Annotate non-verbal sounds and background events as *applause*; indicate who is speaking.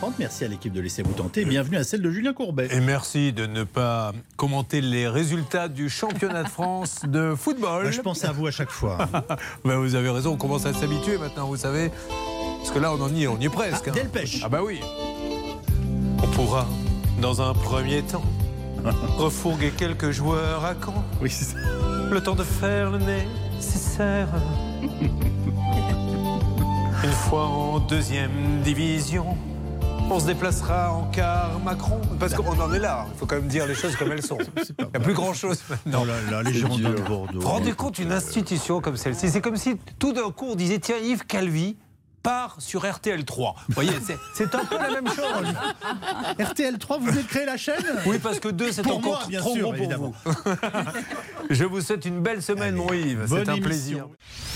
Speaker 1: 18h30. Merci à l'équipe de Laissez-vous tenter. Bienvenue à celle de Julien Courbet.
Speaker 2: Et merci de ne pas commenter les résultats du championnat de France de football.
Speaker 1: Moi, Bah, je pense à vous à chaque fois.
Speaker 2: Ben, vous avez raison, on commence à s'habituer maintenant, vous savez. Parce que là, on en y est, on y est presque.
Speaker 1: Ah,
Speaker 2: hein.
Speaker 1: Delpech.
Speaker 2: Ah bah oui. On pourra, dans un
Speaker 1: *laughs*
Speaker 2: premier temps, refourguer quelques joueurs à Caen.
Speaker 1: *laughs* Oui, c'est ça.
Speaker 2: Le temps de faire le *laughs* nécessaire. Une fois en deuxième division, on se déplacera en quart Macron. Parce qu'on en est là, il faut quand même dire les choses comme elles sont. Il
Speaker 1: C'est pas
Speaker 2: n'y a plus grand-chose maintenant.
Speaker 1: Oh là là, les Girondins de Bordeaux. *laughs*
Speaker 2: Vous rendez compte une institution comme celle-ci C'est comme si tout d'un coup on disait tiens Yves Calvi part sur RTL3. Vous voyez, c'est- c'est un peu la même chose.
Speaker 1: RTL3, vous avez créé la chaîne
Speaker 2: Oui, parce que deux, c'est
Speaker 1: Pour
Speaker 2: encore
Speaker 1: moi, bien
Speaker 2: trop
Speaker 1: sûr,
Speaker 2: gros pour *laughs*
Speaker 1: évidemment.
Speaker 2: vous. Je vous souhaite une belle semaine, mon Yves.
Speaker 1: Bonne
Speaker 2: C'est un
Speaker 1: émission.
Speaker 2: plaisir.